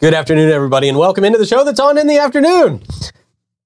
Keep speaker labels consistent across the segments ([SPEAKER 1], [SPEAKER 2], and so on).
[SPEAKER 1] Good afternoon, everybody, and welcome into the show that's on in the afternoon.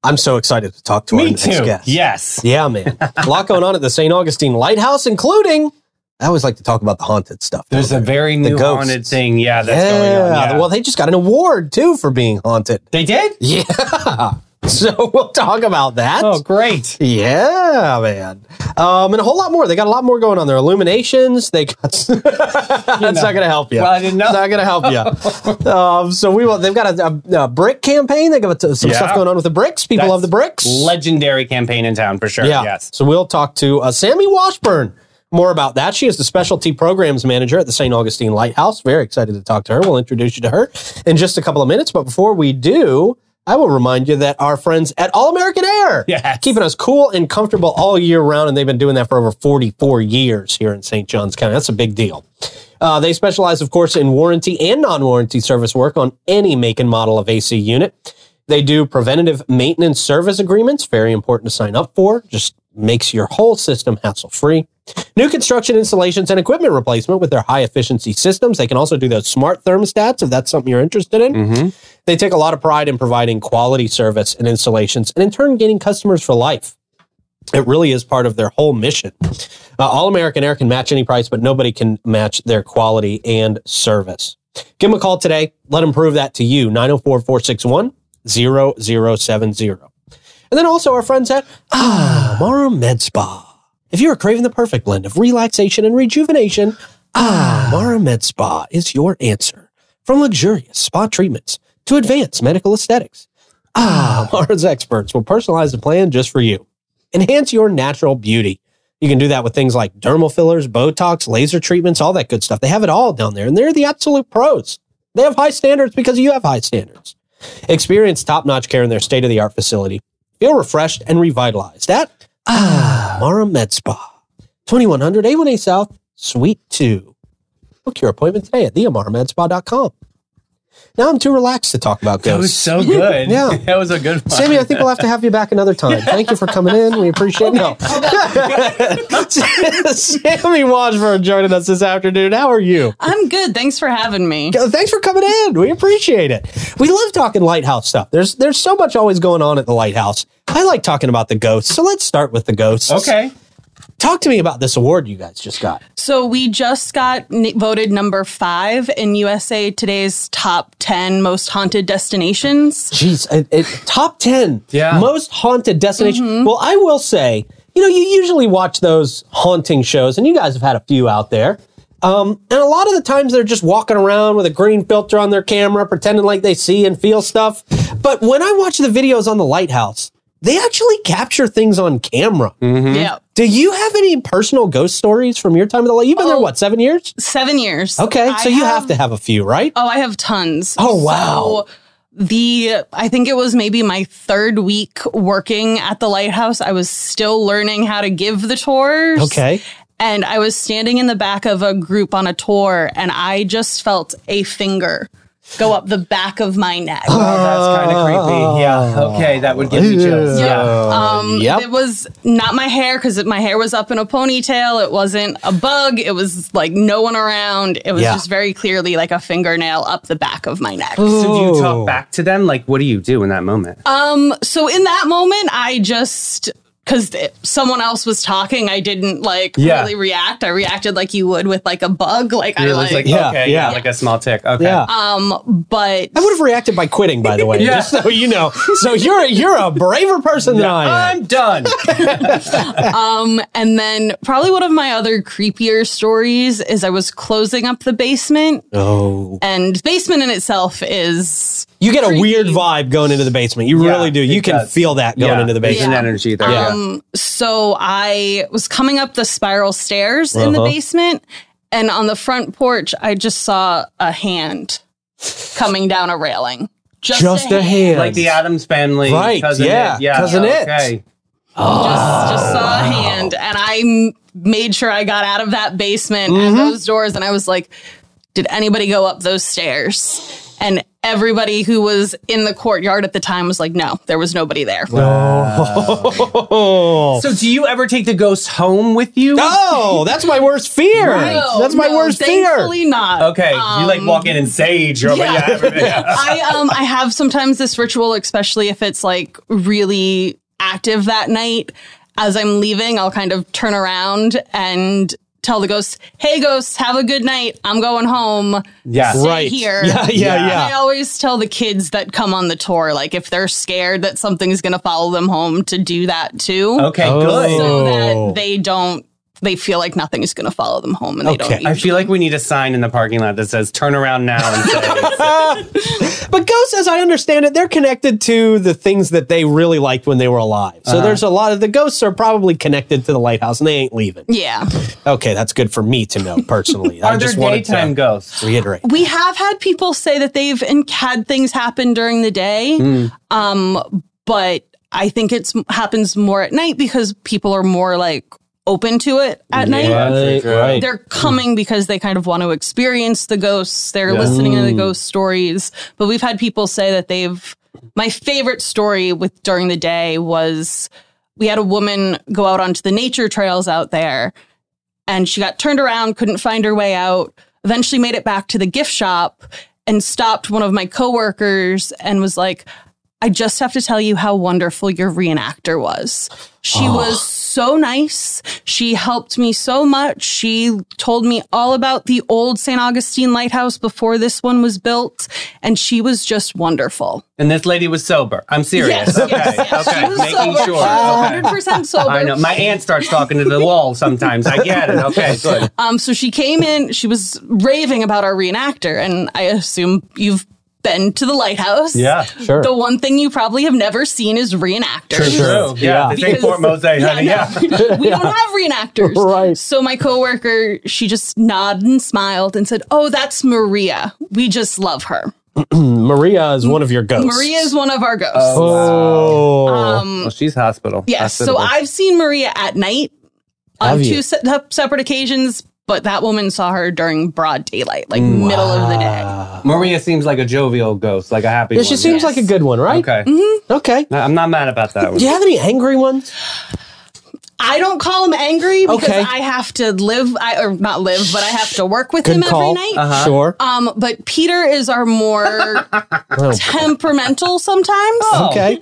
[SPEAKER 1] I'm so excited to talk to our
[SPEAKER 2] Me
[SPEAKER 1] next
[SPEAKER 2] too.
[SPEAKER 1] guest.
[SPEAKER 2] Yes.
[SPEAKER 1] Yeah, man. A lot going on at the St. Augustine Lighthouse, including I always like to talk about the haunted stuff.
[SPEAKER 2] There's a very
[SPEAKER 1] The
[SPEAKER 2] new
[SPEAKER 1] ghosts.
[SPEAKER 2] haunted thing. Yeah, that's
[SPEAKER 1] yeah.
[SPEAKER 2] going on. Yeah.
[SPEAKER 1] Well, they just got an award too for being haunted.
[SPEAKER 2] they did?
[SPEAKER 1] Yeah. So we'll talk about that.
[SPEAKER 2] Oh, great.
[SPEAKER 1] Yeah, man. Um, and a whole lot more. They got a lot more going on. Their illuminations. They got. That's not going to help you.
[SPEAKER 2] Well, I didn't know.
[SPEAKER 1] It's not going to help you. um, so we will. They've got a, a, a brick campaign. They got some
[SPEAKER 2] Yeah.
[SPEAKER 1] stuff going on with the bricks. People
[SPEAKER 2] That's
[SPEAKER 1] love the bricks.
[SPEAKER 2] Legendary campaign in town for sure.
[SPEAKER 1] yeah.
[SPEAKER 2] Yes.
[SPEAKER 1] So we'll talk to uh, Sammy Washburn more about that. She is the specialty programs manager at the St. Augustine Lighthouse. Very excited to talk to her. We'll introduce you to her in just a couple of minutes. But before we do, I will remind you that our friends at All American Air,
[SPEAKER 2] Yes.
[SPEAKER 1] keeping us cool and comfortable all year round, and they've been doing that for over 44 years here in St. Johns County. That's a big deal. Uh, they specialize, of course, in warranty and non warranty service work on any make and model of AC unit. They do preventative maintenance service agreements, very important to sign up for, just makes your whole system hassle free. New construction installations and equipment replacement with their high efficiency systems. They can also do those smart thermostats if that's something you're interested in. They take a lot of pride in providing quality service and installations and in turn gaining customers for life. It really is part of their whole mission. Uh, All American Air can match any price, but nobody can match their quality and service. Give them a call today. Let them prove that to you. 904 461 0070. And then also our friends at Ah Mara Med Spa. If you are craving the perfect blend of relaxation and rejuvenation, Ah Mara Med Spa is your answer. From luxurious spa treatments to advanced medical aesthetics, Ah Mara's experts will personalize the plan just for you. Enhance your natural beauty. You can do that with things like dermal fillers, Botox, laser treatments, all that good stuff. They have it all down there, and they're the absolute pros. They have high standards because you have high standards. Experience top notch care in their state of the art facility. Feel refreshed and revitalized at Ah Mara Med Spa, 2100 A1A South, Suite 2. Book your appointment today at theamaramedspa.com. Now I'm too relaxed to talk about
[SPEAKER 2] That
[SPEAKER 1] ghosts.
[SPEAKER 2] was so good.
[SPEAKER 1] Yeah.
[SPEAKER 2] That was a good one.
[SPEAKER 1] Sammy, I think we'll have to have you back another time. Thank you for coming in. We appreciate it. No. Sammy Washburn joining us this afternoon. How are you?
[SPEAKER 3] I'm good. Thanks for having me.
[SPEAKER 1] Thanks for coming in. We appreciate it. We love talking lighthouse stuff. There's there's so much always going on at the lighthouse. I like talking about the ghosts. So let's start with the ghosts.
[SPEAKER 2] Okay.
[SPEAKER 1] Talk to me about this award you guys just got.
[SPEAKER 3] So we just got n- voted number five in USA Today's top 10 most haunted destinations.
[SPEAKER 1] Jeez, it, it, top 10
[SPEAKER 2] Yeah.
[SPEAKER 1] most haunted destination. Well, I will say, you know, you usually watch those haunting shows, and you guys have had a few out there. Um, and a lot of the times they're just walking around with a green filter on their camera, pretending like they see and feel stuff. But when I watch the videos on the lighthouse, they actually capture things on camera.
[SPEAKER 3] Yeah.
[SPEAKER 1] Do you have any personal ghost stories from your time at the light? You've been there, what, seven years?
[SPEAKER 3] Seven years.
[SPEAKER 1] Okay, so
[SPEAKER 3] I
[SPEAKER 1] you have, to have a few, right?
[SPEAKER 3] Oh, I have tons.
[SPEAKER 1] Oh, wow.
[SPEAKER 3] So the I think it was maybe my third week working at the lighthouse. I was still learning how to give the tours.
[SPEAKER 1] okay.
[SPEAKER 3] And I was standing in the back of a group on a tour and I just felt a finger go up the back of my neck.
[SPEAKER 1] Oh,
[SPEAKER 2] Oh, That's kind of creepy. Yeah. Okay. That would give me chills. Yeah.
[SPEAKER 3] Um,
[SPEAKER 1] yep.
[SPEAKER 3] It was not my hair because my hair was up in a ponytail. It wasn't a bug. It was like no one around. It was
[SPEAKER 1] Yeah.
[SPEAKER 3] just very clearly like a fingernail up the back of my neck.
[SPEAKER 2] So do you
[SPEAKER 1] Oh.
[SPEAKER 2] talk back to them? Like, what do you do in that moment?
[SPEAKER 3] Um, so in that moment, I just because someone else was talking, I didn't like
[SPEAKER 2] Yeah.
[SPEAKER 3] really react. I reacted like you would with like a bug. Like I
[SPEAKER 2] You're
[SPEAKER 3] like,
[SPEAKER 2] just like,
[SPEAKER 1] Yeah,
[SPEAKER 2] okay,
[SPEAKER 1] yeah.
[SPEAKER 2] yeah. like a small tick. Okay.
[SPEAKER 1] Yeah.
[SPEAKER 3] um, but
[SPEAKER 1] I would have reacted by quitting, by the way.
[SPEAKER 2] Yeah.
[SPEAKER 1] Just so you know. So you're you're a braver person than I am.
[SPEAKER 2] I'm done.
[SPEAKER 3] Um, and then probably one of my other creepier stories is I was closing up the basement,
[SPEAKER 1] Oh,
[SPEAKER 3] and basement in itself is
[SPEAKER 1] you get a
[SPEAKER 3] Creepy.
[SPEAKER 1] weird vibe going into the basement. You
[SPEAKER 2] Yeah,
[SPEAKER 1] really do. You
[SPEAKER 2] it
[SPEAKER 1] can
[SPEAKER 2] does.
[SPEAKER 1] feel that going
[SPEAKER 2] Yeah,
[SPEAKER 1] into the
[SPEAKER 2] there's
[SPEAKER 1] basement.
[SPEAKER 2] an energy there. yeah.
[SPEAKER 3] um. So I was coming up the spiral stairs in the
[SPEAKER 1] Uh-huh.
[SPEAKER 3] basement, and on the front porch, I just saw a hand coming down a railing.
[SPEAKER 1] Just a hand.
[SPEAKER 2] Like the Adams family.
[SPEAKER 1] Right,
[SPEAKER 2] Cousin
[SPEAKER 1] yeah,
[SPEAKER 2] It. Yeah.
[SPEAKER 1] Cousin It.
[SPEAKER 2] Okay.
[SPEAKER 3] just,
[SPEAKER 1] Ah.
[SPEAKER 3] just saw a hand and I m- made sure I got out of that
[SPEAKER 1] Mm-hmm.
[SPEAKER 3] basement and those doors and I was like, did anybody go up those stairs? And everybody who was in the courtyard at the time was like, no, there was nobody there.
[SPEAKER 2] So, do you ever take the ghosts home with you?
[SPEAKER 1] Oh, that's my worst fear.
[SPEAKER 3] No,
[SPEAKER 1] That's my
[SPEAKER 3] no,
[SPEAKER 1] worst fear.
[SPEAKER 3] Thankfully not.
[SPEAKER 2] Okay, you like walk in and sage. Or, yeah.
[SPEAKER 3] yeah.
[SPEAKER 2] everything.
[SPEAKER 3] I um I have sometimes this ritual, especially if it's like really active that night. As I'm leaving, I'll kind of turn around and tell the ghosts, "Hey, ghosts, have a good night. I'm going home.
[SPEAKER 2] Yeah.
[SPEAKER 3] Stay
[SPEAKER 1] Right.
[SPEAKER 3] here."
[SPEAKER 1] Yeah, yeah, yeah.
[SPEAKER 3] And I always tell the kids that come on the tour, like if they're scared that something's going to follow them home, to do that too,
[SPEAKER 2] Okay, good.
[SPEAKER 3] so
[SPEAKER 1] Oh.
[SPEAKER 3] that they don't. They feel like nothing's going to follow them home, and they
[SPEAKER 1] Okay.
[SPEAKER 3] don't.
[SPEAKER 2] I feel like we need a sign in the parking lot that says "Turn around now." And say,
[SPEAKER 1] But ghosts, as I understand it, they're connected to the things that they really liked when they were alive. So there's a lot of the ghosts are probably connected to the lighthouse and they ain't leaving.
[SPEAKER 3] Yeah.
[SPEAKER 1] Okay, that's good for me to know personally. I
[SPEAKER 2] Are there
[SPEAKER 1] just wanted
[SPEAKER 2] daytime
[SPEAKER 1] to
[SPEAKER 2] ghosts?
[SPEAKER 1] reiterate.
[SPEAKER 3] We have had people say that they've and had things happen during the day, um, but I think it's happens more at night because people are more like open to it at night.
[SPEAKER 1] Right, right.
[SPEAKER 3] They're coming because they kind of want to experience the ghosts. They're listening to the ghost stories. But we've had people say that they've. My favorite story with during the day was we had a woman go out onto the nature trails out there and she got turned around, couldn't find her way out. Eventually made it back to the gift shop and stopped one of my coworkers and was like, I just have to tell you how wonderful your reenactor was. She was so nice. She helped me so much. She told me all about the old St. Augustine Lighthouse before this one was built. And she was just wonderful.
[SPEAKER 2] And this lady was sober. I'm serious.
[SPEAKER 3] Yes,
[SPEAKER 2] okay,
[SPEAKER 3] yes, yes.
[SPEAKER 2] okay,
[SPEAKER 3] She was
[SPEAKER 2] making
[SPEAKER 3] sober. She
[SPEAKER 2] sure.
[SPEAKER 3] was
[SPEAKER 2] Okay.
[SPEAKER 3] 100% sober.
[SPEAKER 2] I know. My aunt starts talking to the wall sometimes. I get it. Okay, good.
[SPEAKER 3] Um, so she came in, she was raving about our reenactor, and I assume you've been to the lighthouse.
[SPEAKER 1] sure.
[SPEAKER 3] The one thing you probably have never seen is reenactors.
[SPEAKER 2] True. Yeah.
[SPEAKER 1] Yeah.
[SPEAKER 2] This ain't Fort Mose, honey. Yeah.
[SPEAKER 3] no, we don't have reenactors.
[SPEAKER 1] Right.
[SPEAKER 3] So my coworker, she just nodded and smiled and said, Oh, that's Maria. We just love her.
[SPEAKER 1] Maria is one of your ghosts.
[SPEAKER 3] Maria is one of our ghosts.
[SPEAKER 1] Oh.
[SPEAKER 2] Well, she's hospital.
[SPEAKER 3] Mm. Yes. So
[SPEAKER 2] Hospitable.
[SPEAKER 3] I've seen Maria at night on
[SPEAKER 1] Have you?
[SPEAKER 3] two se- uh, separate occasions, but that woman saw her during broad daylight, like
[SPEAKER 1] Mm.
[SPEAKER 3] middle of the day.
[SPEAKER 2] Maria seems like a jovial ghost, like a happy
[SPEAKER 1] yeah,
[SPEAKER 2] one.
[SPEAKER 1] she seems
[SPEAKER 3] Yes.
[SPEAKER 1] like a good one, right?
[SPEAKER 2] Okay.
[SPEAKER 3] Mm-hmm.
[SPEAKER 1] Okay.
[SPEAKER 2] No, I'm not mad about that one.
[SPEAKER 1] Do you have any angry ones?
[SPEAKER 3] I don't call him angry because
[SPEAKER 1] Okay.
[SPEAKER 3] I have to live, I, or not live, but I have to work with him every night.
[SPEAKER 1] Uh.
[SPEAKER 2] Uh-huh.
[SPEAKER 1] Sure.
[SPEAKER 3] Um, but Peter is our more temperamental sometimes.
[SPEAKER 1] okay.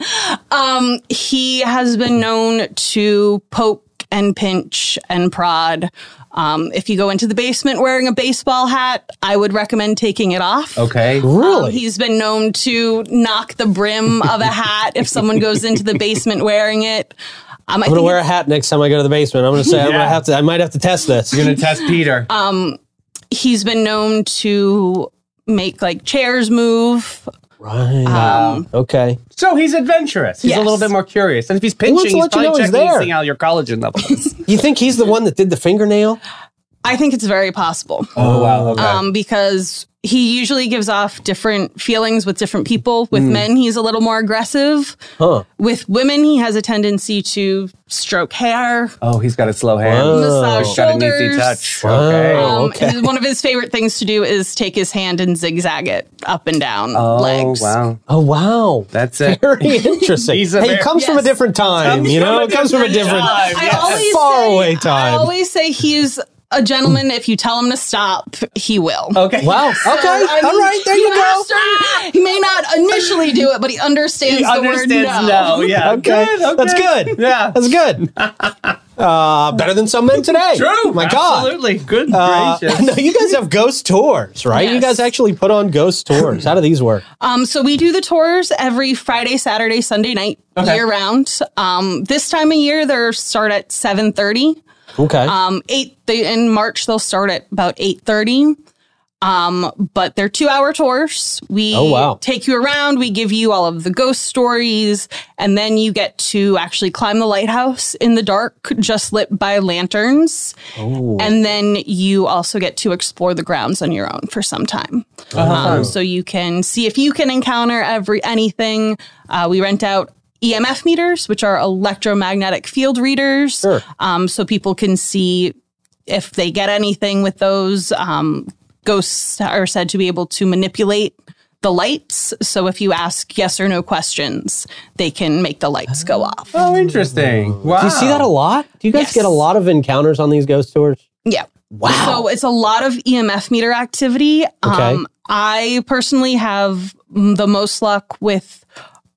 [SPEAKER 3] Um, he has been known to poke and pinch and prod. Um, if you go into the basement wearing a baseball hat, I would recommend taking it off.
[SPEAKER 2] Okay.
[SPEAKER 1] Really?
[SPEAKER 3] Um, he's been known to knock the brim of a hat if someone goes into the basement wearing it. Um, I
[SPEAKER 1] I'm
[SPEAKER 3] think
[SPEAKER 1] gonna wear a hat next time I go to the basement. I'm gonna say I'm gonna
[SPEAKER 2] Yeah.
[SPEAKER 1] have to. I might have to test this.
[SPEAKER 2] You're gonna test Peter.
[SPEAKER 1] Um,
[SPEAKER 3] he's been known to make like chairs move.
[SPEAKER 1] Right.
[SPEAKER 3] Um,
[SPEAKER 1] okay.
[SPEAKER 2] so he's adventurous. He's a
[SPEAKER 3] Yes.
[SPEAKER 2] little bit more curious. And if he's pinching,
[SPEAKER 1] wants to let you
[SPEAKER 2] he's probably
[SPEAKER 1] know he's
[SPEAKER 2] checking
[SPEAKER 1] there.
[SPEAKER 2] and seeing how your collagen level is.
[SPEAKER 1] You think he's the one that did the fingernail?
[SPEAKER 3] I think it's very possible.
[SPEAKER 2] oh wow.
[SPEAKER 1] uh,
[SPEAKER 2] Okay.
[SPEAKER 3] um, because he usually gives off different feelings with different people. With
[SPEAKER 2] Hmm.
[SPEAKER 3] men, he's a little more aggressive.
[SPEAKER 1] Huh.
[SPEAKER 3] With women, he has a tendency to stroke hair,
[SPEAKER 2] oh, he's got a slow hand.
[SPEAKER 1] Whoa.
[SPEAKER 3] massage
[SPEAKER 1] He's
[SPEAKER 2] Got an easy
[SPEAKER 3] shoulders.
[SPEAKER 2] touch.
[SPEAKER 1] Wow.
[SPEAKER 2] Oh. Okay.
[SPEAKER 1] Oh,
[SPEAKER 3] Um,
[SPEAKER 1] okay.
[SPEAKER 3] and one of his favorite things to do is take his hand and zigzag it up and down
[SPEAKER 2] Oh
[SPEAKER 3] legs.
[SPEAKER 2] wow.
[SPEAKER 1] Oh wow.
[SPEAKER 2] That's it.
[SPEAKER 1] very interesting.
[SPEAKER 2] He's a
[SPEAKER 1] hey,
[SPEAKER 2] very-
[SPEAKER 1] it comes from a
[SPEAKER 3] Yes.
[SPEAKER 1] different time.
[SPEAKER 2] Comes
[SPEAKER 1] you know,
[SPEAKER 2] from a
[SPEAKER 1] it comes from a
[SPEAKER 2] different
[SPEAKER 1] different
[SPEAKER 2] time.
[SPEAKER 3] I
[SPEAKER 2] Yes.
[SPEAKER 3] always
[SPEAKER 1] far
[SPEAKER 3] say,
[SPEAKER 1] away
[SPEAKER 3] I
[SPEAKER 1] time.
[SPEAKER 3] always say he's a gentleman. If you tell him to stop, he will.
[SPEAKER 2] Okay.
[SPEAKER 1] wow. Okay.
[SPEAKER 3] I mean,
[SPEAKER 1] All right. There
[SPEAKER 3] he
[SPEAKER 1] you go.
[SPEAKER 3] understand- he may not initially do it, but he understands
[SPEAKER 2] He
[SPEAKER 3] the word
[SPEAKER 2] understands
[SPEAKER 3] no.
[SPEAKER 2] now. Yeah.
[SPEAKER 1] Okay.
[SPEAKER 2] Good, okay.
[SPEAKER 1] That's good.
[SPEAKER 2] Yeah.
[SPEAKER 1] That's good. Uh, better than some men today.
[SPEAKER 2] True.
[SPEAKER 1] Oh My God.
[SPEAKER 2] Absolutely. Good
[SPEAKER 1] Uh,
[SPEAKER 2] gracious.
[SPEAKER 1] no, you guys have ghost tours, right? You
[SPEAKER 3] Yes.
[SPEAKER 1] guys actually put on ghost tours. How do these work?
[SPEAKER 3] Um, so we do the tours every Friday, Saturday, Sunday night,
[SPEAKER 2] Okay.
[SPEAKER 3] year round. Um, this time of year, they start at seven thirty.
[SPEAKER 1] Okay.
[SPEAKER 3] Um, eight they, in March, they'll start at about eight thirty. Um, but they're two hour tours. We
[SPEAKER 1] Oh, wow.
[SPEAKER 3] take you around. We give you all of the ghost stories, and then you get to actually climb the lighthouse in the dark, just lit by lanterns. And then you also get to explore the grounds on your own for some time. Um, so you can see if you can encounter every anything. Uh, we rent out EMF meters, which are electromagnetic field readers,
[SPEAKER 1] Sure.
[SPEAKER 3] um, so people can see if they get anything with those. Um, ghosts are said to be able to manipulate the lights. So if you ask yes or no questions, they can make the lights go off.
[SPEAKER 2] Oh, interesting. Wow.
[SPEAKER 1] Do you see that a lot? Do you guys
[SPEAKER 3] Yes.
[SPEAKER 1] get a lot of encounters on these ghost tours?
[SPEAKER 3] Yeah.
[SPEAKER 1] Wow.
[SPEAKER 3] So it's a lot of EMF meter activity.
[SPEAKER 1] Okay.
[SPEAKER 3] Um, I personally have mm, the most luck with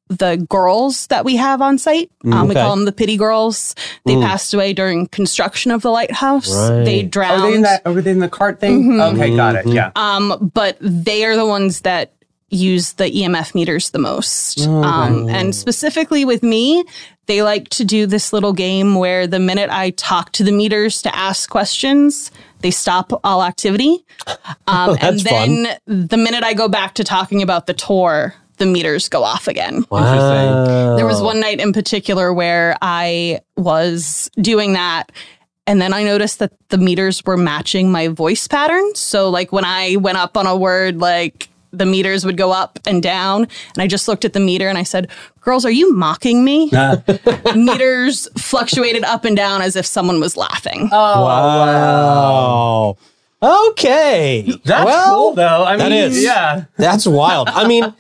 [SPEAKER 3] the girls that we have on site. Um, We
[SPEAKER 1] Mm, okay. Mm.
[SPEAKER 3] call them the pity girls. They passed away during construction of the lighthouse.
[SPEAKER 1] Right.
[SPEAKER 3] They
[SPEAKER 2] Are
[SPEAKER 3] drowned.
[SPEAKER 2] they Oh, in that? Are they in the cart thing?
[SPEAKER 1] Mm-hmm.
[SPEAKER 2] Okay, got it. Yeah.
[SPEAKER 3] Um, but they are the ones that use the EMF meters the most.
[SPEAKER 1] Oh,
[SPEAKER 3] Um, and specifically with me, they like to do this little game where the minute I talk to the meters to ask questions, they stop all activity. Um, and
[SPEAKER 1] Oh, that's fun.
[SPEAKER 3] then the minute I go back to talking about the tour, the meters go off again.
[SPEAKER 1] Wow.
[SPEAKER 3] There was one night in particular where I was doing that. And then I noticed that the meters were matching my voice pattern. So, like, when I went up on a word, like, the meters would go up and down. And I just looked at the meter and I said, Girls, are you mocking me? meters fluctuated up and down as if someone was laughing.
[SPEAKER 2] Oh,
[SPEAKER 1] Wow. Okay.
[SPEAKER 2] That's
[SPEAKER 1] well,
[SPEAKER 2] cool, though. I mean,
[SPEAKER 1] that is.
[SPEAKER 2] yeah.
[SPEAKER 1] That's wild. I mean,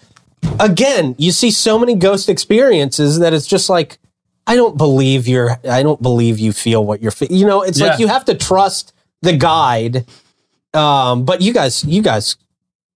[SPEAKER 1] again, you see so many ghost experiences that it's just like, I don't believe you're, I don't believe you feel what you're, fe- you know, it's like
[SPEAKER 2] Yeah.
[SPEAKER 1] you have to trust the guide. Um, but you guys, you guys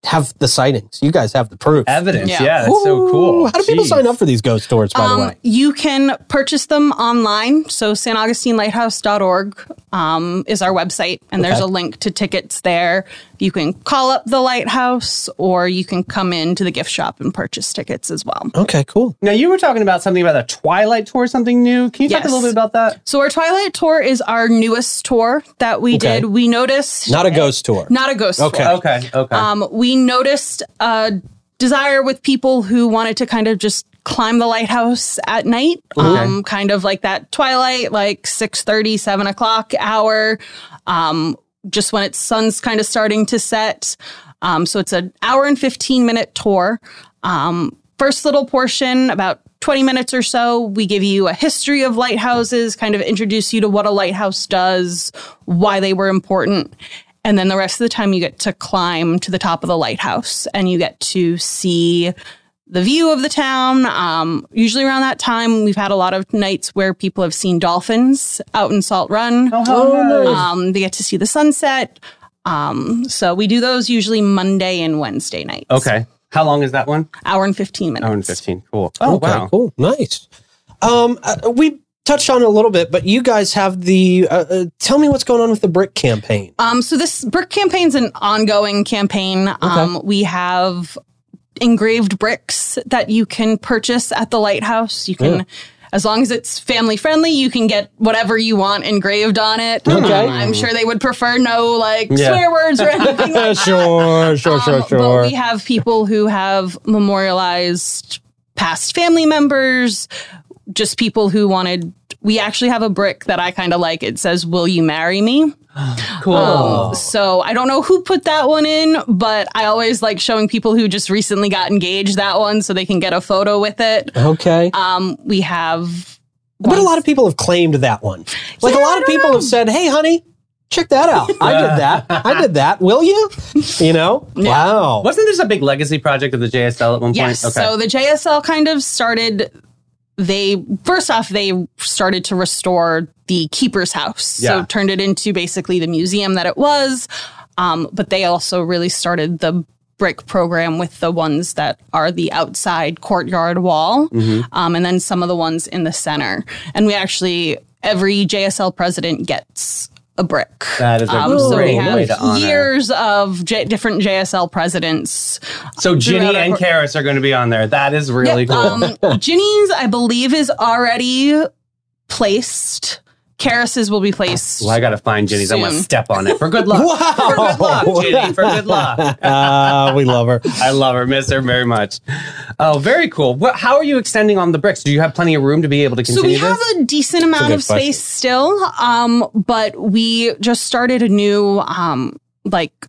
[SPEAKER 1] have the sightings. You guys have the proof.
[SPEAKER 2] Evidence. Yeah,
[SPEAKER 3] Yeah.
[SPEAKER 2] that's so cool.
[SPEAKER 1] Ooh, How do people
[SPEAKER 2] Jeez.
[SPEAKER 1] sign up for these ghost tours, by the
[SPEAKER 3] Um,
[SPEAKER 1] way?
[SPEAKER 3] you can purchase them online. So San Augustine Lighthouse.org um, is our website, and there's
[SPEAKER 1] Okay.
[SPEAKER 3] a link to tickets there. You can call up the lighthouse or you can come into the gift shop and purchase tickets as well.
[SPEAKER 1] Okay, cool.
[SPEAKER 2] Now you were talking about something about a Twilight tour, something new. Can you talk a
[SPEAKER 3] Yes.
[SPEAKER 2] little bit about that?
[SPEAKER 3] So our Twilight tour is our newest tour that we
[SPEAKER 1] Okay.
[SPEAKER 3] did. We noticed
[SPEAKER 1] Not a ghost tour.
[SPEAKER 3] eh, not a ghost
[SPEAKER 1] Okay.
[SPEAKER 3] tour.
[SPEAKER 2] Okay. Okay.
[SPEAKER 3] Um, we noticed a desire with people who wanted to kind of just climb the lighthouse at night, um, kind of like that twilight, like 6.30, 7 o'clock hour, um, just when it's sun's kind of starting to set. Um, so it's an hour and 15 minute tour. Um, first little portion, about 20 minutes or so, we give you a history of lighthouses, kind of introduce you to what a lighthouse does, why they were important. And then the rest of the time, you get to climb to the top of the lighthouse and you get to see the view of the town. Um, usually around that time, we've had a lot of nights where people have seen dolphins out in Salt Run. Um, they get to see the sunset. Um, so we do those usually Monday and Wednesday nights.
[SPEAKER 2] okay. How long is that one?
[SPEAKER 3] Hour and 15 minutes.
[SPEAKER 2] Hour and fifteen. Cool. Oh
[SPEAKER 1] okay,
[SPEAKER 2] wow.
[SPEAKER 1] cool, nice. Um, uh, we touched on it a little bit, but you guys have the. Uh, uh, tell me what's going on with the brick campaign.
[SPEAKER 3] Um, so this brick campaign's an ongoing campaign. Um, we have engraved bricks that you can purchase at the lighthouse. You can, as long as it's family friendly, you can get whatever you want engraved on it. Um,
[SPEAKER 1] Okay.
[SPEAKER 3] I'm sure they would prefer no like
[SPEAKER 2] Yeah.
[SPEAKER 3] swear words or anything like that.
[SPEAKER 1] sure, sure,
[SPEAKER 3] Um, But we have people who have memorialized past family members, just people who wanted. We actually have a brick that I kind of like. It says, Will you marry me?
[SPEAKER 2] Cool.
[SPEAKER 1] Oh.
[SPEAKER 3] Um, so I don't know who put that one in, but I always like showing people who just recently got engaged that one so they can get a photo with it.
[SPEAKER 1] okay,
[SPEAKER 3] Um, we have.
[SPEAKER 1] but a lot of people have claimed that one. Like a
[SPEAKER 3] Yeah,
[SPEAKER 1] lot
[SPEAKER 3] I
[SPEAKER 1] of
[SPEAKER 3] don't
[SPEAKER 1] people have said, "Hey, honey." Check that out. I did that. I did that. Will you? You know? Wow.
[SPEAKER 2] Wasn't this a big legacy project of the JSL at one
[SPEAKER 3] Yes.
[SPEAKER 2] point?
[SPEAKER 3] So the JSL kind of started. They first off they started to restore the keeper's house,
[SPEAKER 2] Yeah.
[SPEAKER 3] so turned it into basically the museum that it was. Um, but they also really started the brick program with the ones that are the outside courtyard wall,
[SPEAKER 2] Mm-hmm.
[SPEAKER 3] um, and then some of the ones in the center. And we actually every JSL president gets a brick.
[SPEAKER 2] That is a
[SPEAKER 3] um, so we
[SPEAKER 2] great way
[SPEAKER 3] have
[SPEAKER 2] to honor.
[SPEAKER 3] years of J- different JSL presidents
[SPEAKER 2] So Ginny
[SPEAKER 3] Throughout our
[SPEAKER 2] and
[SPEAKER 3] cor-
[SPEAKER 2] Karis are going to be on there. That is really cool.
[SPEAKER 3] um, Ginny's, I believe, is already placed. Caris's will be placed.
[SPEAKER 2] well, I got to find Ginny's. I want to
[SPEAKER 3] soon.
[SPEAKER 2] step on it for good luck.
[SPEAKER 1] Wow.
[SPEAKER 2] For good luck, Ginny. For good luck.
[SPEAKER 1] Ah, we love her.
[SPEAKER 2] I love her. Miss her very much. Oh, very cool. What, how are you extending on the bricks? Do you have plenty of room to be able to
[SPEAKER 3] so we
[SPEAKER 2] continue
[SPEAKER 3] have
[SPEAKER 2] this?
[SPEAKER 3] a decent amount
[SPEAKER 1] good
[SPEAKER 3] of space still, um, but we just started a new um, like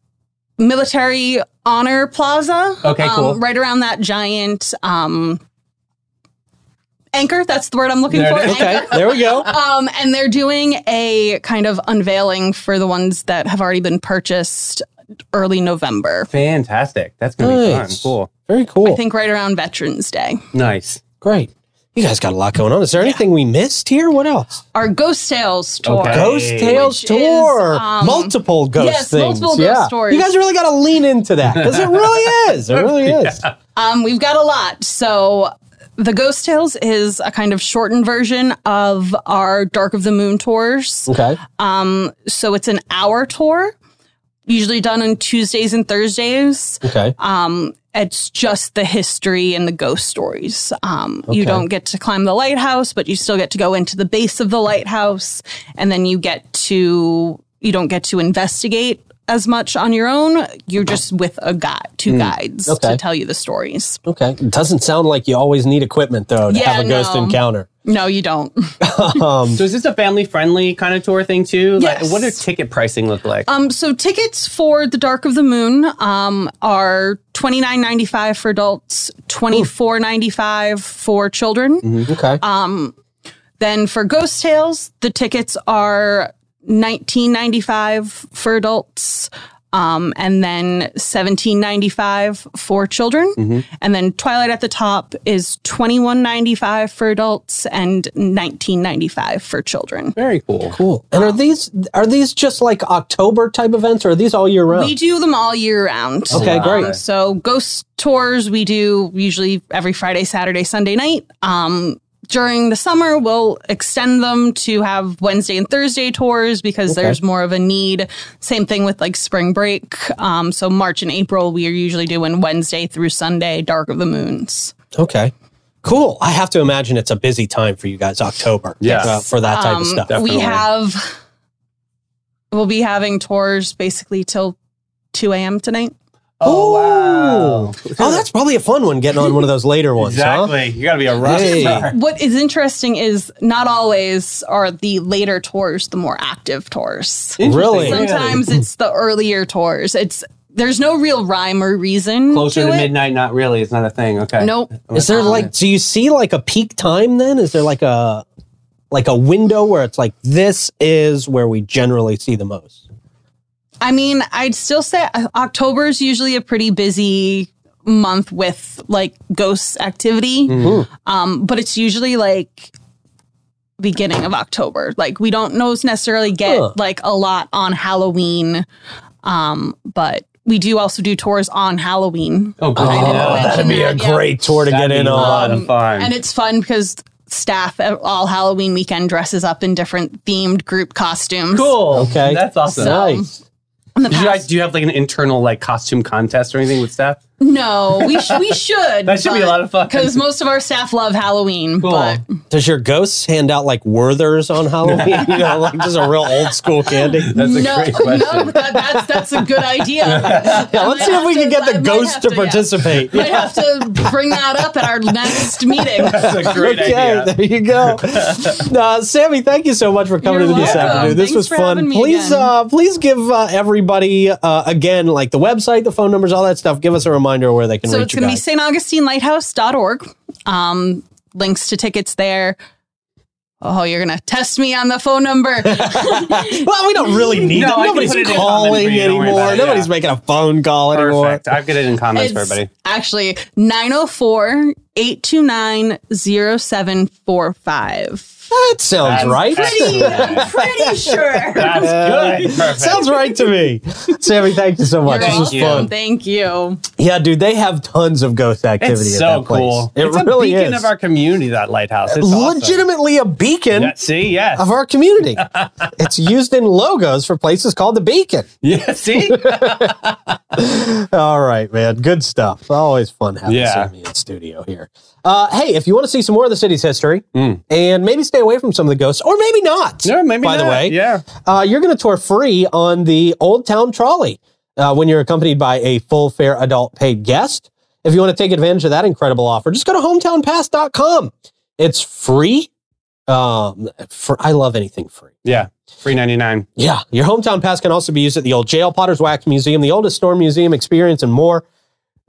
[SPEAKER 3] military honor plaza.
[SPEAKER 2] Okay,
[SPEAKER 3] um,
[SPEAKER 2] cool.
[SPEAKER 3] Right around that giant um, anchor. That's the word I'm looking
[SPEAKER 2] There
[SPEAKER 3] for.
[SPEAKER 2] it is.
[SPEAKER 3] anchor.
[SPEAKER 1] Okay, there we go.
[SPEAKER 3] Um, and they're doing a kind of unveiling for the ones that have already been purchased early November.
[SPEAKER 2] Fantastic. That's going to be fun.
[SPEAKER 1] Nice.
[SPEAKER 2] Cool.
[SPEAKER 1] Very cool.
[SPEAKER 3] I think right around Veterans Day.
[SPEAKER 2] Nice.
[SPEAKER 1] Great. You guys got a lot going on. Is there anything we missed here? What else?
[SPEAKER 3] Our Ghost Tales tour.
[SPEAKER 2] Okay.
[SPEAKER 1] Ghost
[SPEAKER 2] Hey.
[SPEAKER 1] Tales
[SPEAKER 3] Which is,
[SPEAKER 1] tour.
[SPEAKER 3] um,
[SPEAKER 1] multiple ghost
[SPEAKER 3] yes,
[SPEAKER 1] things.
[SPEAKER 3] multiple ghost
[SPEAKER 1] yeah.
[SPEAKER 3] stories.
[SPEAKER 1] You guys really got to lean into that because it really is. It really is.
[SPEAKER 3] Um, we've got a lot. So the Ghost Tales is a kind of shortened version of our Dark of the Moon tours.
[SPEAKER 1] Okay.
[SPEAKER 3] So it's an hour tour, usually done on Tuesdays and Thursdays.
[SPEAKER 1] Okay.
[SPEAKER 3] It's just the history and the ghost stories. Um,
[SPEAKER 1] Okay.
[SPEAKER 3] You don't get to climb the lighthouse, but you still get to go into the base of the lighthouse, and then you get to you don't get to investigate as much on your own. You're just with a guide, two guides
[SPEAKER 1] Hmm. Okay.
[SPEAKER 3] to tell you the stories.
[SPEAKER 1] okay. It doesn't sound like you always need equipment though to
[SPEAKER 3] Yeah,
[SPEAKER 1] have a ghost
[SPEAKER 3] no.
[SPEAKER 1] encounter.
[SPEAKER 3] No, you don't.
[SPEAKER 2] So is this a family friendly kind of tour thing too? Like,
[SPEAKER 3] Yes.
[SPEAKER 2] what does ticket pricing look like?
[SPEAKER 3] Um, so tickets for the Dark of the Moon um, are twenty nine ninety five for adults, twenty four ninety five for children.
[SPEAKER 1] Okay.
[SPEAKER 3] Uh, Then for Ghost Tales, the tickets are nineteen ninety five for adults, um, and then seventeen ninety five for children. And then Twilight at the Top is twenty one ninety five for adults and nineteen ninety five for children.
[SPEAKER 2] Very cool.
[SPEAKER 1] cool. And
[SPEAKER 3] uh,
[SPEAKER 1] are these are these just like October type events or are these all year round?
[SPEAKER 3] We do them all year round.
[SPEAKER 1] Okay, great.
[SPEAKER 3] Um, so ghost tours we do usually every Friday, Saturday, Sunday night. Um, during the summer, we'll extend them to have Wednesday and Thursday tours because there's more of a need. Same thing with like spring break. Um, so March and April, we are usually doing Wednesday through Sunday, Dark of the Moons.
[SPEAKER 1] Okay. Cool. I have to imagine it's a busy time for you guys, October.
[SPEAKER 2] Yes.
[SPEAKER 1] uh, for that type of stuff.
[SPEAKER 2] Definitely.
[SPEAKER 3] Um, We have, we'll be having tours basically till 2 a.m. tonight.
[SPEAKER 2] Oh, wow.
[SPEAKER 1] Oh, that's probably a fun one getting on one of those later ones.
[SPEAKER 2] Exactly. You got to be a rock
[SPEAKER 1] Hey.
[SPEAKER 2] star.
[SPEAKER 3] What is interesting is not always are the later tours the more active tours.
[SPEAKER 1] Huh? Really?
[SPEAKER 2] Interesting.
[SPEAKER 3] Sometimes it's the earlier tours. It's there's no real rhyme or reason.
[SPEAKER 2] Closer to
[SPEAKER 3] it.
[SPEAKER 2] midnight, not really. It's not a thing. Okay.
[SPEAKER 3] Nope.
[SPEAKER 1] Is there like do you see like a peak time then? Is there like a like a window where it's like this is where we generally see the most?
[SPEAKER 3] I mean, I'd still say uh, October is usually a pretty busy month with like ghost activity.
[SPEAKER 2] Mm-hmm.
[SPEAKER 3] Um, but it's usually like beginning of October. Like we don't know necessarily get
[SPEAKER 1] Huh.
[SPEAKER 3] like a lot on Halloween. Um, but we do also do tours on Halloween.
[SPEAKER 2] Oh, great.
[SPEAKER 3] that'd be a Yeah. great
[SPEAKER 1] tour to
[SPEAKER 2] That'd be a lot of fun.
[SPEAKER 3] And it's fun because staff at all Halloween weekend dresses up in different themed group costumes.
[SPEAKER 2] cool.
[SPEAKER 1] Okay.
[SPEAKER 2] That's awesome.
[SPEAKER 1] Nice.
[SPEAKER 3] In the
[SPEAKER 2] Did you guys,
[SPEAKER 3] past,
[SPEAKER 2] do you have like an internal like costume contest or anything with staff?
[SPEAKER 3] no, we, sh- we should.
[SPEAKER 2] That should be a lot of fun.
[SPEAKER 3] Because most of our staff love Halloween. But
[SPEAKER 1] Does your ghosts hand out like Werthers on Halloween? you know, like just a real old school candy.
[SPEAKER 2] That's a
[SPEAKER 3] no,
[SPEAKER 2] great
[SPEAKER 3] no,
[SPEAKER 2] question.
[SPEAKER 3] that, that's, that's a good idea. yeah,
[SPEAKER 1] Yeah, let's see if we can get the ghost to participate.
[SPEAKER 3] Might have to bring that up at our next meeting.
[SPEAKER 2] That's a great idea.
[SPEAKER 1] there you go. Uh, Sammy, thank you so much for coming
[SPEAKER 3] You're
[SPEAKER 1] in this
[SPEAKER 3] welcome.
[SPEAKER 1] afternoon. This
[SPEAKER 3] Thanks
[SPEAKER 1] was
[SPEAKER 3] for
[SPEAKER 1] fun.
[SPEAKER 3] having me
[SPEAKER 1] Please,
[SPEAKER 3] again.
[SPEAKER 1] uh, please give uh, everybody uh, again, like the website, the phone numbers, all that stuff. Give us a reminder where they can
[SPEAKER 3] So
[SPEAKER 1] reach
[SPEAKER 3] it's
[SPEAKER 1] you
[SPEAKER 3] going to be
[SPEAKER 1] guys.
[SPEAKER 3] staugustinlighthouse.org. Um, links to tickets there. Oh, you're going to test me on the phone number.
[SPEAKER 1] well, we don't really need
[SPEAKER 2] No,
[SPEAKER 1] it.
[SPEAKER 2] I can
[SPEAKER 1] Nobody's
[SPEAKER 2] put it in comment for
[SPEAKER 1] calling
[SPEAKER 2] you, don't worry
[SPEAKER 1] anymore.
[SPEAKER 2] about it, yeah.
[SPEAKER 1] Nobody's making a phone call anymore.
[SPEAKER 2] Perfect. I've got it in comments for
[SPEAKER 3] It's
[SPEAKER 2] everybody.
[SPEAKER 3] actually 904 829 0745.
[SPEAKER 1] That sounds right.
[SPEAKER 3] Pretty, I'm pretty sure.
[SPEAKER 2] That's good. Perfect.
[SPEAKER 1] Sounds right to me. Sammy, thank you so much.
[SPEAKER 3] You're
[SPEAKER 1] This was
[SPEAKER 3] welcome.
[SPEAKER 1] fun.
[SPEAKER 3] Thank you.
[SPEAKER 1] Yeah, dude, they have tons of ghost activity.
[SPEAKER 2] It's
[SPEAKER 1] at
[SPEAKER 2] so
[SPEAKER 1] that place.
[SPEAKER 2] cool.
[SPEAKER 1] It
[SPEAKER 2] it's
[SPEAKER 1] really
[SPEAKER 2] a beacon
[SPEAKER 1] is.
[SPEAKER 2] of our community. That lighthouse. It's awesome.
[SPEAKER 1] legitimately a beacon.
[SPEAKER 2] Yeah, see, yes.
[SPEAKER 1] of our community. it's used in logos for places called the Beacon.
[SPEAKER 2] yeah, see.
[SPEAKER 1] All right, man. Good stuff. Always fun having
[SPEAKER 2] Yeah.
[SPEAKER 1] Sammy in studio here. Uh, hey, if you want to see some more of the city's history and maybe stay away from some of the ghosts, or maybe not.
[SPEAKER 2] No, Mm. maybe
[SPEAKER 1] By the
[SPEAKER 2] not.
[SPEAKER 1] way,
[SPEAKER 2] yeah.
[SPEAKER 1] uh, you're going to tour free on the Old Town Trolley uh, when you're accompanied by a full fare adult paid guest. If you want to take advantage of that incredible offer, just go to hometownpass.com. It's free. Um, for, I love anything free.
[SPEAKER 2] Yeah. Free ninety nine.
[SPEAKER 1] Yeah, your hometown pass can also be used at the old jail, Potter's Wax Museum, the oldest store museum experience, and more.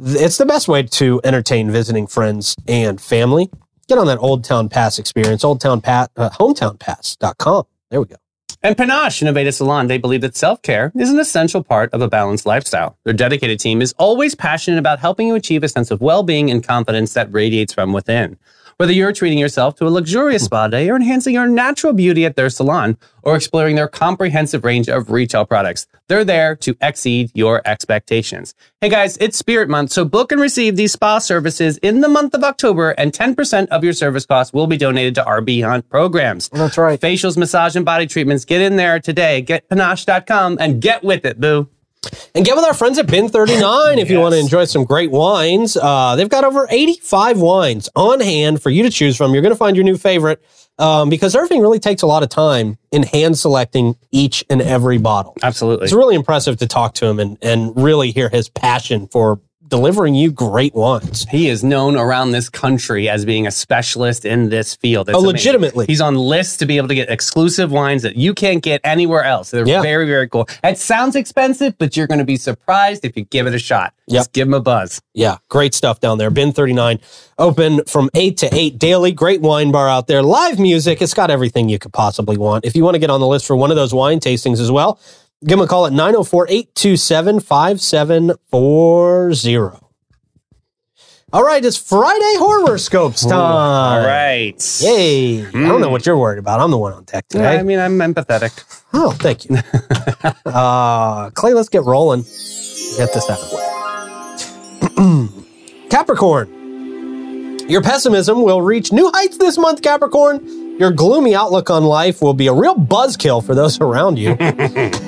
[SPEAKER 1] Th- It's the best way to entertain visiting friends and family. Get on that Old Town Pass experience, oldtownpass, uh, hometownpass.com. There we go.
[SPEAKER 2] And Panache Innovative Salon, they believe that self care is an essential part of a balanced lifestyle. Their dedicated team is always passionate about helping you achieve a sense of well being and confidence that radiates from within. Whether you're treating yourself to a luxurious spa day or enhancing your natural beauty at their salon or exploring their comprehensive range of retail products, they're there to exceed your expectations. Hey guys, it's Spirit Month, so book and receive these spa services in the month of October, and 10% of your service costs will be donated to our Beyond programs.
[SPEAKER 1] That's right.
[SPEAKER 2] Facials, massage, and body treatments. Get in there today. Get panache.com and get with it, boo.
[SPEAKER 1] And get with our friends at Bin 39 if you
[SPEAKER 2] Yes.
[SPEAKER 1] want to enjoy some great wines. Uh, they've got over 85 wines on hand for you to choose from. You're going to find your new favorite um, because Irving really takes a lot of time in hand selecting each and every bottle.
[SPEAKER 2] Absolutely.
[SPEAKER 1] It's really impressive to talk to him and, and really hear his passion for delivering you great wines.
[SPEAKER 2] He is known around this country as being a specialist in this field. It's
[SPEAKER 1] Oh,
[SPEAKER 2] amazing.
[SPEAKER 1] legitimately.
[SPEAKER 2] He's on lists to be able to get exclusive wines that you can't get anywhere else. They're
[SPEAKER 1] Yeah.
[SPEAKER 2] very, very cool. It sounds expensive, but you're going to be surprised if you give it a shot. Just give him a buzz.
[SPEAKER 1] Yeah, great stuff down there. Bin 39, open from 8 to 8 daily. Great wine bar out there. Live music. It's got everything you could possibly want. If you want to get on the list for one of those wine tastings as well, give them a call at 904 827 5740. All right, it's Friday horoscopes time.
[SPEAKER 2] All right.
[SPEAKER 1] Yay. I don't know what you're worried about. I'm the one on deck
[SPEAKER 2] Yeah,
[SPEAKER 1] today.
[SPEAKER 2] I mean, I'm empathetic.
[SPEAKER 1] Oh, thank you. uh, Clay, let's get rolling. Get this out of the way. Capricorn. Your pessimism will reach new heights this month, Capricorn. Your gloomy outlook on life will be a real buzzkill for those around you.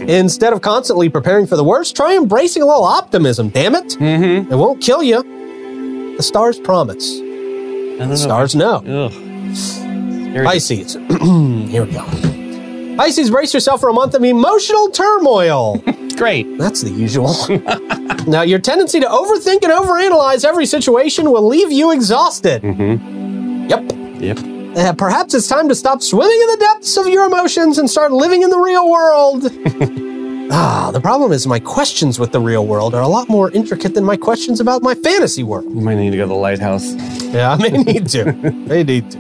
[SPEAKER 1] Instead of constantly preparing for the worst, try embracing a little optimism, damn it. Mm-hmm. It won't kill you. The stars promise,
[SPEAKER 2] I don't know.
[SPEAKER 1] stars know.
[SPEAKER 2] Ugh. Here it is.
[SPEAKER 1] Pisces. Here we go. Pisces, brace yourself for a month of emotional turmoil.
[SPEAKER 2] Great.
[SPEAKER 1] That's the usual. now, your tendency to overthink and overanalyze every situation will leave you exhausted. Mm-hmm. Yep.
[SPEAKER 2] Yep.
[SPEAKER 1] Uh, perhaps it's time to stop swimming in the depths of your emotions and start living in the real world. ah, the problem is my questions with the real world are a lot more intricate than my questions about my fantasy world.
[SPEAKER 2] You might need to go to the lighthouse.
[SPEAKER 1] Yeah, I may need to. may need to.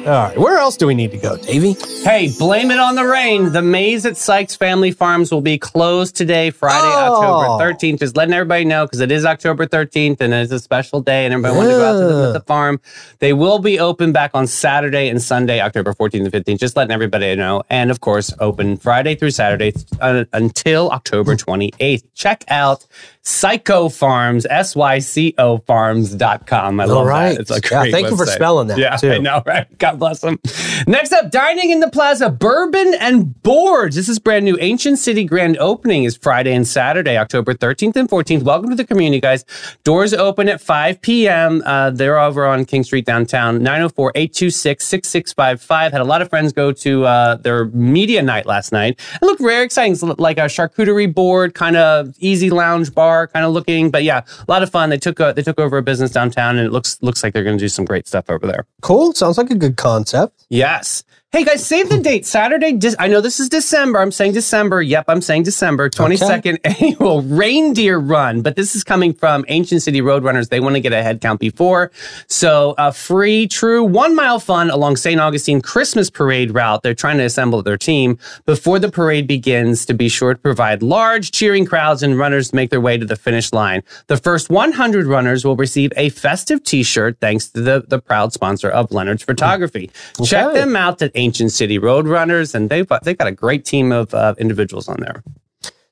[SPEAKER 1] All right, where else do we need to go, Davey?
[SPEAKER 2] Hey, blame it on the rain. The maze at Sykes Family Farms will be closed today, Friday,
[SPEAKER 1] Oh.
[SPEAKER 2] October 13th. Just letting everybody know because it is October 13th and it's a special day and everybody wanted to go out to the,
[SPEAKER 1] Yeah.
[SPEAKER 2] to the farm. They will be open back on Saturday and Sunday, October 14th and 15th. Just letting everybody know. And of course, open Friday through Saturday uh, until October 28th. Check out Psycho Farms, S-Y-C-O farms.com. I love
[SPEAKER 1] right.
[SPEAKER 2] that. It's a
[SPEAKER 1] Yeah,
[SPEAKER 2] great
[SPEAKER 1] thank you for
[SPEAKER 2] website.
[SPEAKER 1] spelling that,
[SPEAKER 2] Yeah,
[SPEAKER 1] too.
[SPEAKER 2] I know. All right. God bless them. Next up, dining in the plaza, bourbon and boards. This is brand new. Ancient City grand opening is Friday and Saturday, October 13th and 14th. Welcome to the community, guys. Doors open at 5 p.m. Uh, they're over on King Street downtown, 904 826 6655. Had a lot of friends go to uh, their media night last night. It looked very exciting. It's like a charcuterie board, kind of easy lounge bar kind of looking. But yeah, a lot of fun. They took, uh they took over a business downtown, and it looks, looks like they're going to do some great stuff over there.
[SPEAKER 1] Cool. Sounds like a good concept.
[SPEAKER 2] Yes. Hey guys, save the date. Saturday. Dec- I know this is December. I'm saying December. Yep, I'm saying December. 22nd annual reindeer run, but this is coming from Ancient City Roadrunners. They want to get a head count before. So, a free, true one mile fun along St. Augustine Christmas parade route. They're trying to assemble their team before the parade begins to be sure to provide large cheering crowds and runners to make their way to the finish line. The first 100 runners will receive a festive t shirt thanks to the, the proud sponsor of Leonard's Photography. Check
[SPEAKER 1] Okay.
[SPEAKER 2] them out at Ancient City Roadrunners, and they've got, they've got a great team of uh, individuals on there.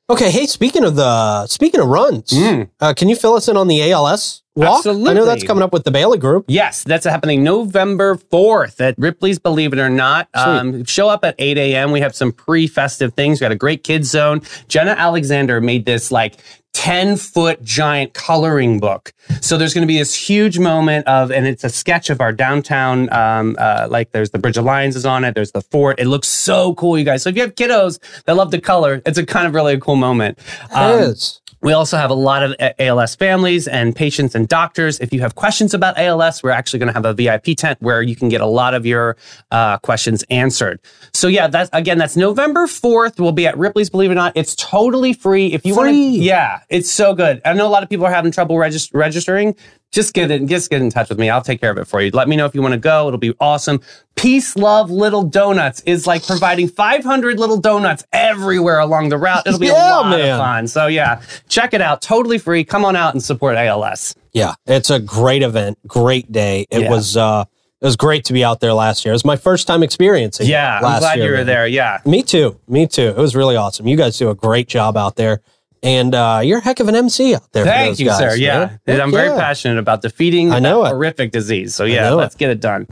[SPEAKER 1] Okay. Hey, speaking of the speaking of runs, uh, can you fill us in on the ALS walk? I know
[SPEAKER 2] Absolutely.
[SPEAKER 1] that's coming up with the Bailey Group.
[SPEAKER 2] Yes, that's happening November 4th at Ripley's, believe it or not. Um, show up at 8 a.m. We have some pre festive things. We got a great kids zone. Jenna Alexander made this like 10 foot giant coloring book. So there's going to be this huge moment of, and it's a sketch of our downtown. Um, uh, like there's the Bridge of Lions is on it, there's the fort. It looks so cool, you guys. So if you have kiddos that love to color, it's a kind of really cool moment. Um,
[SPEAKER 1] Yes.
[SPEAKER 2] we also have a lot of A- ALS families and patients and doctors. If you have questions about ALS, we're actually going to have a VIP tent where you can get a lot of your uh, questions answered. So yeah, that's again, that's November fourth. We'll be at Ripley's. Believe it or not, it's totally free. If you want, to,
[SPEAKER 1] Free.
[SPEAKER 2] yeah, it's so good. I know a lot of people are having trouble regis- registering. Just get in, just get in touch with me. I'll take care of it for you. Let me know if you want to go. It'll be awesome. Peace, love, little donuts is like providing 500 little donuts everywhere along the route. It'll be
[SPEAKER 1] Yeah,
[SPEAKER 2] a lot
[SPEAKER 1] man.
[SPEAKER 2] of fun. So yeah, check it out. Totally free. Come on out and support ALS.
[SPEAKER 1] Yeah, it's a great event, great day. It
[SPEAKER 2] Yeah.
[SPEAKER 1] was uh it was great to be out there last year. It was my first time experiencing. it
[SPEAKER 2] Yeah, I'm
[SPEAKER 1] last
[SPEAKER 2] glad
[SPEAKER 1] year,
[SPEAKER 2] you were
[SPEAKER 1] man.
[SPEAKER 2] there. Yeah.
[SPEAKER 1] Me too. Me too. It was really awesome. You guys do a great job out there. And uh, you're a heck of an MC out there. for
[SPEAKER 2] Thank
[SPEAKER 1] those
[SPEAKER 2] you,
[SPEAKER 1] guys,
[SPEAKER 2] sir.
[SPEAKER 1] man.
[SPEAKER 2] Yeah. And I'm very
[SPEAKER 1] Yeah.
[SPEAKER 2] passionate about defeating
[SPEAKER 1] I know
[SPEAKER 2] that
[SPEAKER 1] it.
[SPEAKER 2] horrific disease. So
[SPEAKER 1] I
[SPEAKER 2] yeah,
[SPEAKER 1] know
[SPEAKER 2] let's get it done.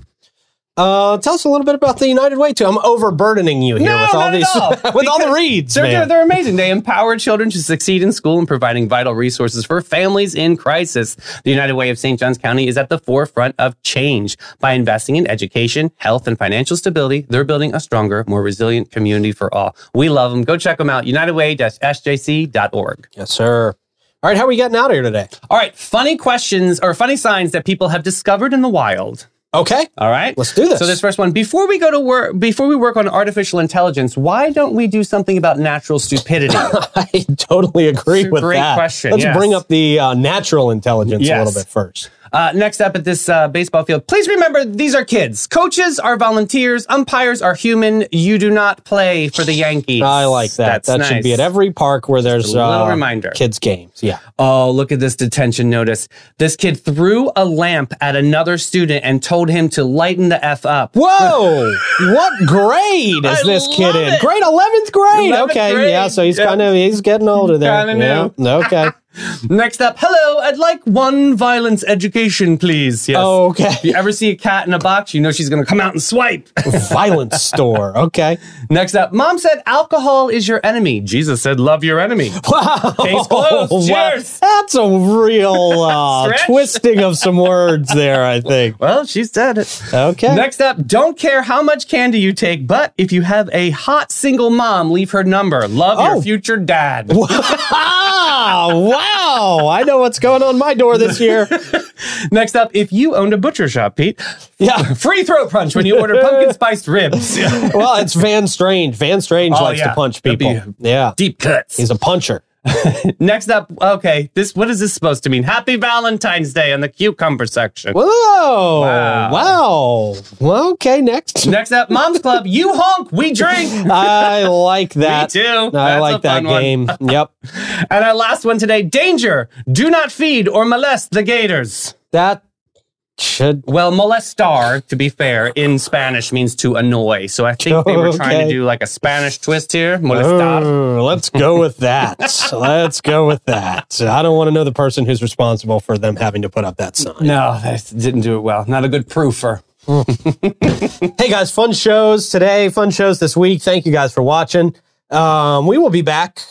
[SPEAKER 1] Uh, tell us a little bit about the United Way too. I'm overburdening you here
[SPEAKER 2] No,
[SPEAKER 1] with all
[SPEAKER 2] not at
[SPEAKER 1] these
[SPEAKER 2] all.
[SPEAKER 1] with all the
[SPEAKER 2] Because
[SPEAKER 1] reads.
[SPEAKER 2] They're, they're,
[SPEAKER 1] man.
[SPEAKER 2] they're amazing. They empower children to succeed in school and providing vital resources for families in crisis. The United Way of St. John's County is at the forefront of change. By investing in education, health, and financial stability, they're building a stronger, more resilient community for all. We love them. Go check them out. UnitedWay-SJC.org.
[SPEAKER 1] yes, sir. All right, how are we getting out of here today?
[SPEAKER 2] All right. Funny questions or funny signs that people have discovered in the wild.
[SPEAKER 1] Okay.
[SPEAKER 2] All right.
[SPEAKER 1] Let's do this.
[SPEAKER 2] So this first one, before we go to work, before we work on artificial intelligence, why don't we do something about natural stupidity?
[SPEAKER 1] I totally agree
[SPEAKER 2] It's a
[SPEAKER 1] with
[SPEAKER 2] great
[SPEAKER 1] that.
[SPEAKER 2] question,
[SPEAKER 1] Let's
[SPEAKER 2] yes.
[SPEAKER 1] bring up the uh, natural intelligence a
[SPEAKER 2] Yes.
[SPEAKER 1] little bit first.
[SPEAKER 2] Uh, next up at this uh, baseball field, please remember these are kids. Coaches are volunteers. Umpires are human. You do not play for the Yankees.
[SPEAKER 1] I like that.
[SPEAKER 2] That's
[SPEAKER 1] that should be
[SPEAKER 2] nice.
[SPEAKER 1] at every park where there's
[SPEAKER 2] a little
[SPEAKER 1] uh,
[SPEAKER 2] reminder.
[SPEAKER 1] kids games. Yeah.
[SPEAKER 2] Oh, look at this detention notice. This kid threw a lamp at another student and told him to lighten the F up.
[SPEAKER 1] Whoa! what grade is
[SPEAKER 2] I
[SPEAKER 1] this kid
[SPEAKER 2] love
[SPEAKER 1] in?
[SPEAKER 2] it.
[SPEAKER 1] Grade eleventh grade.
[SPEAKER 2] 11th
[SPEAKER 1] okay,
[SPEAKER 2] grade.
[SPEAKER 1] yeah. So he's
[SPEAKER 2] Yeah.
[SPEAKER 1] kind of he's getting older there.
[SPEAKER 2] Kinda
[SPEAKER 1] Yeah. Okay.
[SPEAKER 2] Next up, hello, I'd like one violence education, please. Yes. If
[SPEAKER 1] okay.
[SPEAKER 2] you ever see a cat in a box, you know she's going to come out and swipe.
[SPEAKER 1] Violence store. Okay.
[SPEAKER 2] Next up, mom said alcohol is your enemy. Jesus said love your enemy.
[SPEAKER 1] Wow.
[SPEAKER 2] Case closed. Cheers.
[SPEAKER 1] That's a real uh,
[SPEAKER 2] Stretch.
[SPEAKER 1] twisting of some words there. I think.
[SPEAKER 2] Well, she's dead. it.
[SPEAKER 1] Okay.
[SPEAKER 2] Next up, don't care how much candy you take, but if you have a hot single mom, leave her number. Love
[SPEAKER 1] Oh.
[SPEAKER 2] your future dad.
[SPEAKER 1] ah, wow. I know what's going on my door this year.
[SPEAKER 2] Next up, if you owned a butcher shop, Pete,
[SPEAKER 1] Yeah.
[SPEAKER 2] free throat punch when you order pumpkin spiced ribs.
[SPEAKER 1] Well, it's Van Strange. Van Strange
[SPEAKER 2] Oh,
[SPEAKER 1] likes
[SPEAKER 2] yeah.
[SPEAKER 1] to punch
[SPEAKER 2] That'd
[SPEAKER 1] people. yeah.
[SPEAKER 2] Deep cuts.
[SPEAKER 1] He's a puncher.
[SPEAKER 2] Next up, okay, this what is this supposed to mean? Happy Valentine's Day on the cucumber section.
[SPEAKER 1] Whoa. Wow.
[SPEAKER 2] Wow.
[SPEAKER 1] Well, okay, next.
[SPEAKER 2] Next up, Mom's Club, you honk, we drink.
[SPEAKER 1] I like that.
[SPEAKER 2] too.
[SPEAKER 1] I
[SPEAKER 2] That's a
[SPEAKER 1] like that
[SPEAKER 2] fun one.
[SPEAKER 1] game. yep.
[SPEAKER 2] And our last one today, danger, do not feed or molest the gators.
[SPEAKER 1] That should
[SPEAKER 2] Well, molestar, to be fair, in Spanish means to annoy. So I think they were trying
[SPEAKER 1] Okay.
[SPEAKER 2] to do like a Spanish twist here. Molestar.
[SPEAKER 1] Oh, let's go with that. let's go with that. I don't want to know the person who's responsible for them having to put up that sign.
[SPEAKER 2] No, that didn't do it well. Not a good proofer.
[SPEAKER 1] Hey guys, fun shows today, fun shows this week. Thank you guys for watching. Um, we will be back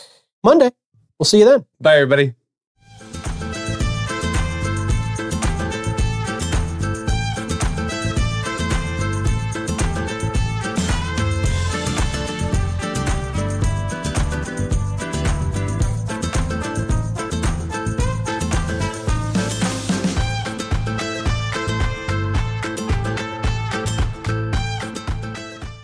[SPEAKER 1] Monday. We'll see you then.
[SPEAKER 2] Bye, everybody.